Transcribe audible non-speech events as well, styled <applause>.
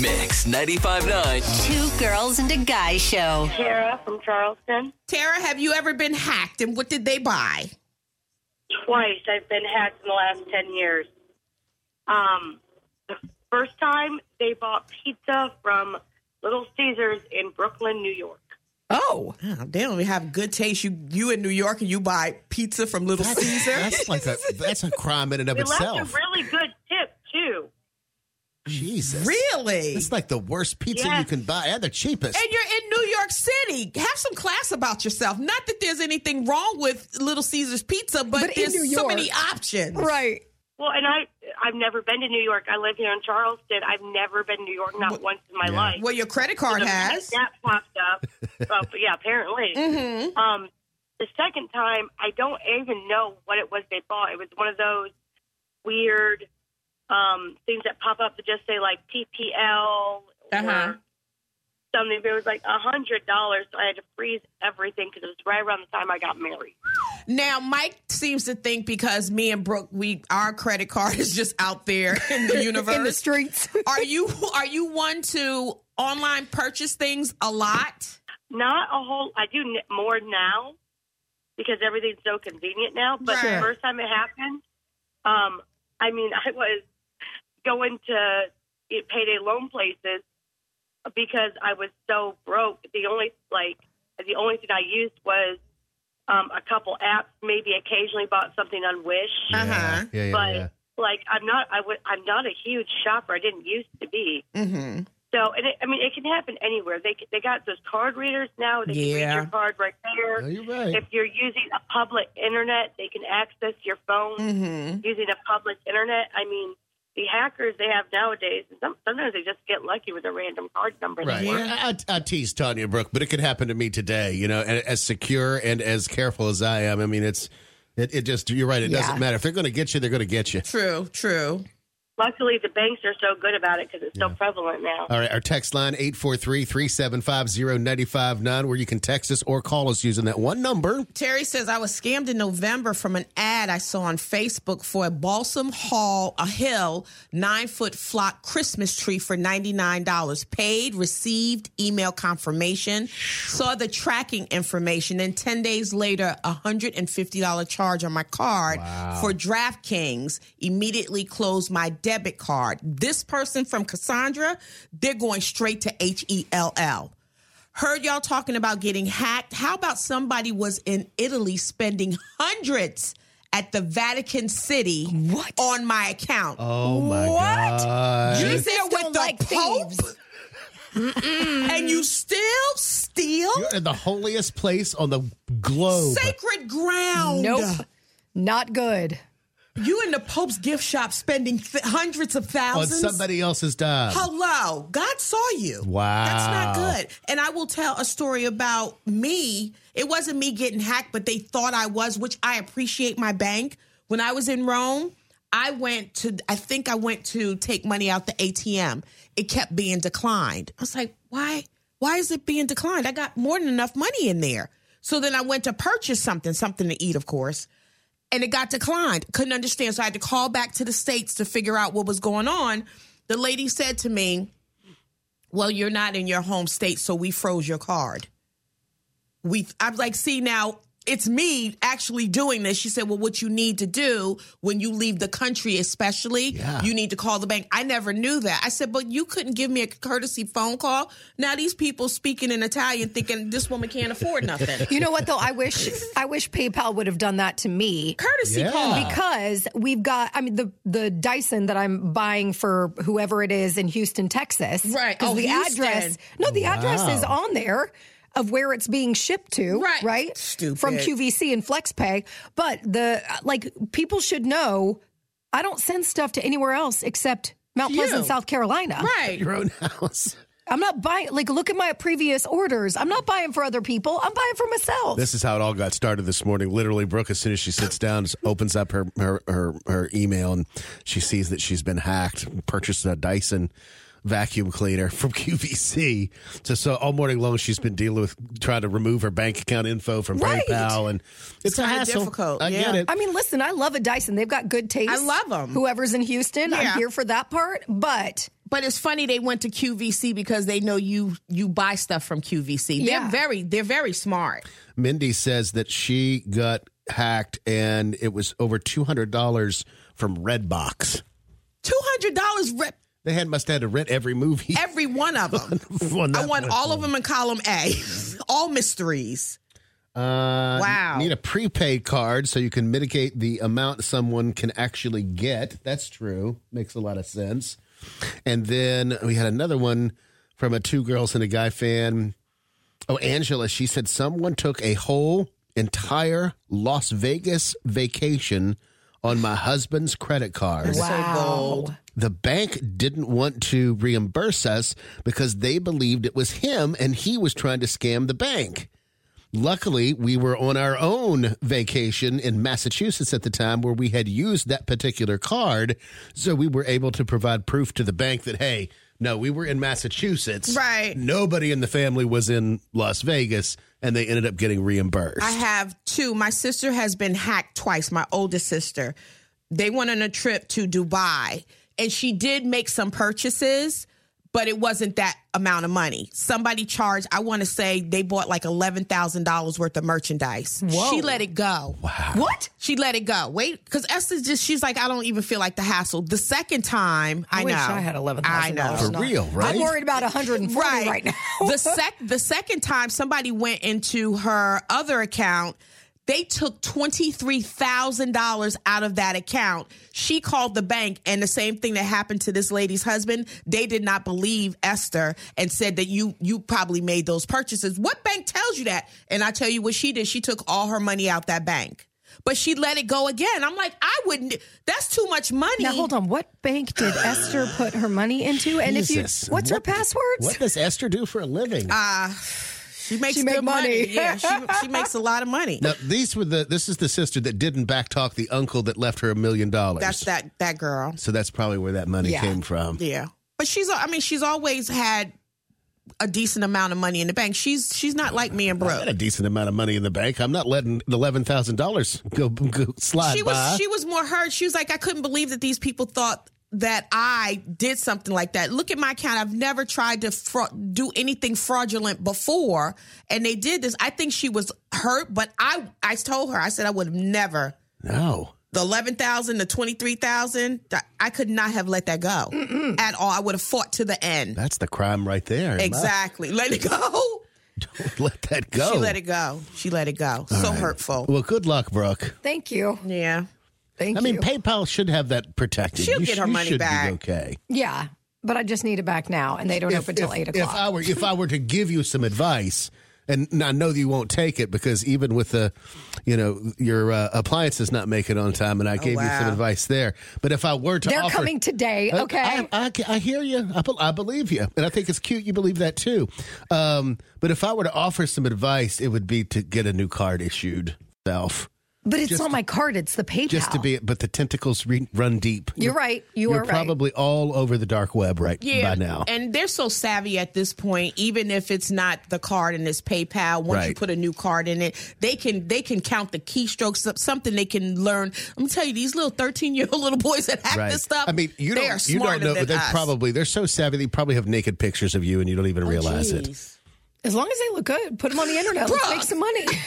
Mix 95.9. Two girls and a guy show. Tara from Charleston. Tara, have you ever been hacked and what did they buy? Twice I've been hacked in the last 10 years. Um, the first time they bought pizza from Little Caesars in Brooklyn, New York. Oh, they don't have good taste. You you in New York and you buy pizza from Little <laughs> That's, Caesar. that's like a that's a crime in and of We left itself. a really good tip, too. Jesus, Really? It's like the worst pizza Yeah. you can buy and the cheapest. And you're in New York City. Have some class about yourself. Not that there's anything wrong with Little Caesar's pizza, but, But in there's New so York. many options. Right. Well, and I, I've never been to New York. I live here in Charleston. I've never been to New York, not once in my life. Well, your credit card So has. That popped <laughs> up. Uh, but yeah, apparently. Mm-hmm. Um, the second time, I don't even know what it was they bought. It was one of those weird um, things that pop up that just say like PPL Uh-huh. or something. It was like a hundred dollars, so I had to freeze everything because it was right around the time I got married. Now, Mike seems to think because me and Brooke, we our credit card <laughs> is just out there in the universe. In the streets. are you are you one to online purchase things a lot? Not a whole. I do n- more now because everything's so convenient now. But Sure. the first time it happened, um, I mean, <laughs> I was going to get payday loan places because I was so broke. The only like the only thing I used was um, a couple apps. Maybe occasionally bought something on Wish, yeah. Uh-huh. yeah, yeah, but yeah. like I'm not. I would. I'm not a huge shopper. I didn't used to be. Mm-hmm. So, and it, I mean, it can happen anywhere. They they got those card readers now. They can Yeah. read your card right No, there. you're right. If you're using a public internet, they can access your phone Mm-hmm. using a public internet. I mean, the hackers they have nowadays, some, sometimes they just get lucky with a random card number. Right. I, I, I tease Tanya Brooke, but it could happen to me today. You know, and as secure and as careful as I am, I mean, it's it, it just you're right. It doesn't Yeah. matter if they're going to get you, they're going to get you. True, true. Luckily, the banks are so good about it because it's so prevalent now. All right, our text line 843-375-0959 where you can text us or call us using that one number. Terry says I was scammed in November from an ad I saw on Facebook for a Balsam Hall, a hill, nine foot flock Christmas tree for ninety nine dollars. Paid, received email confirmation, saw the tracking information, and ten days later, a hundred and fifty dollar charge on my card for DraftKings. Immediately closed my debit card. This person from Cassandra, they're going straight to H E L L heard y'all talking about getting hacked. How about somebody was in Italy spending hundreds at the Vatican City What? on my account? Oh my What? god. you Jews there don't with the like Pope? thieves. and you still steal You're in the holiest place on the globe. sacred ground. Nope. Not good. You in the Pope's gift shop spending th- hundreds of on thousands. somebody else's dime. Hello, God saw you. Wow. That's not good. And I will tell a story about me. It wasn't me getting hacked, but they thought I was, which I appreciate my bank. When I was in Rome, I went to, I think I went to take money out the ATM. It kept being declined. I was like, why? Why is it being declined? I got more than enough money in there. So then I went to purchase something, something to eat, of course and it got declined. Couldn't understand. So I had to call back to the States to figure out what was going on. The lady said to me, Well, you're not in your home state, so we froze your card. We I'm like, see now it's me actually doing this. She said, Well, what you need to do when you leave the country, especially, Yeah. you need to call the bank. I never knew that. I said, But you couldn't give me a courtesy phone call. Now these people speaking in Italian thinking this woman can't afford <laughs> nothing. You know what though? I wish I wish PayPal would have done that to me. courtesy <laughs> Yeah. call. because we've got i mean the the dyson that i'm buying for whoever it is in houston texas Right. because Oh, the Houston. address no the address is on there of where it's being shipped to Right. right Stupid. from qvc and flexpay but the like people should know i don't send stuff to anywhere else except mount pleasant You. south carolina Right. Your own house. i'm not buying like look at my previous orders i'm not buying for other people i'm buying for myself This is how it all got started this morning. Literally, Brooke, as soon as she sits down, just opens up her her, her, her email and she sees that she's been hacked, purchased a Dyson vacuum cleaner from <laughs> QVC. So, so all morning long, she's been dealing with trying to remove her bank account info from Right. PayPal, and it's, a kinda hassle. difficult, I get yeah. it. I mean, listen, I love a Dyson. They've got good taste. I love 'em. Whoever's in Houston, Yeah. I'm here for that part. But But it's funny they went to QVC because they know you you buy stuff from QVC. Yeah. They're very they're very smart. Mindy says that she got hacked and it was over $200 from Redbox. Two hundred dollars rip They had must have had to rent every movie. <laughs> every one of them. on I that want all of platform. them in column A. <laughs> all mysteries. Uh, Wow. Need a prepaid card so you can mitigate the amount someone can actually get. That's true. Makes a lot of sense. And then we had another one from a two girls and a guy fan. Oh, Angela, she said someone took a whole entire Las Vegas vacation on my husband's credit card. Wow. The bank didn't want to reimburse us because they believed it was him and he was trying to scam the bank. Luckily, we were on our own vacation in Massachusetts at the time where we had used that particular card. So we were able to provide proof to the bank that, hey, no, we were in Massachusetts. Right. Nobody in the family was in Las Vegas and they ended up getting reimbursed. I have two. My sister has been hacked twice, my oldest sister. They went on a trip to Dubai and she did make some purchases, but it wasn't that amount of money. Somebody charged, I want to say they bought like $11,000 worth of merchandise. She let it go. Wow. What? She let it go. Wait, because Esther's just, she's like, I don't even feel like the hassle. The second time, I, wish know. I had $11,000 I know. For real, Oh, right? I'm worried about 140 right, <laughs> now. <laughs> the sec the second time somebody went into her other account, they took twenty three thousand dollars out of that account. She called the bank, and the same thing that happened to this lady's husband. They did not believe Esther and said that you you probably made those purchases. What bank tells you that? And I tell you what she did. She took all her money out that bank. But she let it go again. I'm like, I wouldn't. That's too much money. Now hold on. What bank did Esther put her money into? And if Jesus. you, what's her What- password? What does Esther do for a living? She makes She good make money. Yeah, <laughs> she, she makes a lot of money. Now Uh, these were the this is the sister that didn't backtalk the uncle that left her a million dollars. That's that that girl. So that's probably where that money Yeah. came from. Yeah, but she's I mean she's always had a decent amount of money in the bank. She's she's not like me and I had a Brooke. decent amount of money in the bank. I'm not letting the eleven thousand dollars <laughs> go, go slide She by. was she was more hurt. She was like I couldn't believe that these people thought that I did something like that. Look at my account. I've never tried to fra- do anything fraudulent before, and they did this. I think she was hurt, but I I told her I said I would have never. no, the 11,000 to 23,000, th- I could not have let that go at all. I would have fought to the end. that's the crime right there. Ma. exactly. Let it <laughs> go. Don't let that go. She let it go. She let it go. so hurtful. Well, good luck, Brooke. Thank you. yeah. Thank I you. mean, PayPal should have that protected. She'll You get sh- her you money should be back. okay. yeah, but I just need it back now, and they don't open until eight if o'clock. I were if I were to give you some advice, and I know that you won't take it because even with the, you know, your uh, appliances not making on time, and I gave you some wow. advice there. But if I were to, Oh, They're offer- coming today. I- Okay. I, I, I hear you. I, bel- I believe you, and I think it's cute you believe that too. Um, but if I were to offer some advice, it would be to get a new card issued. Self, but it's not my card; it's the PayPal. just to be, but the tentacles re- run deep. You're right. You You're are right. probably all over the dark web right by now. And they're so savvy at this point, even if it's not the card and it's PayPal, once you Right. put a new card in it, they can they can count the keystrokes up something they can learn. I'm gonna tell you, these little 13 year old <laughs> little boys that hack this stuff. I mean, you they don't, are you smarter don't know, but than they us. Oh, probably they're so savvy. They probably have naked pictures of you, and you don't even realize it. Jeez. as long as they look good, put them on the internet. Let's make some money.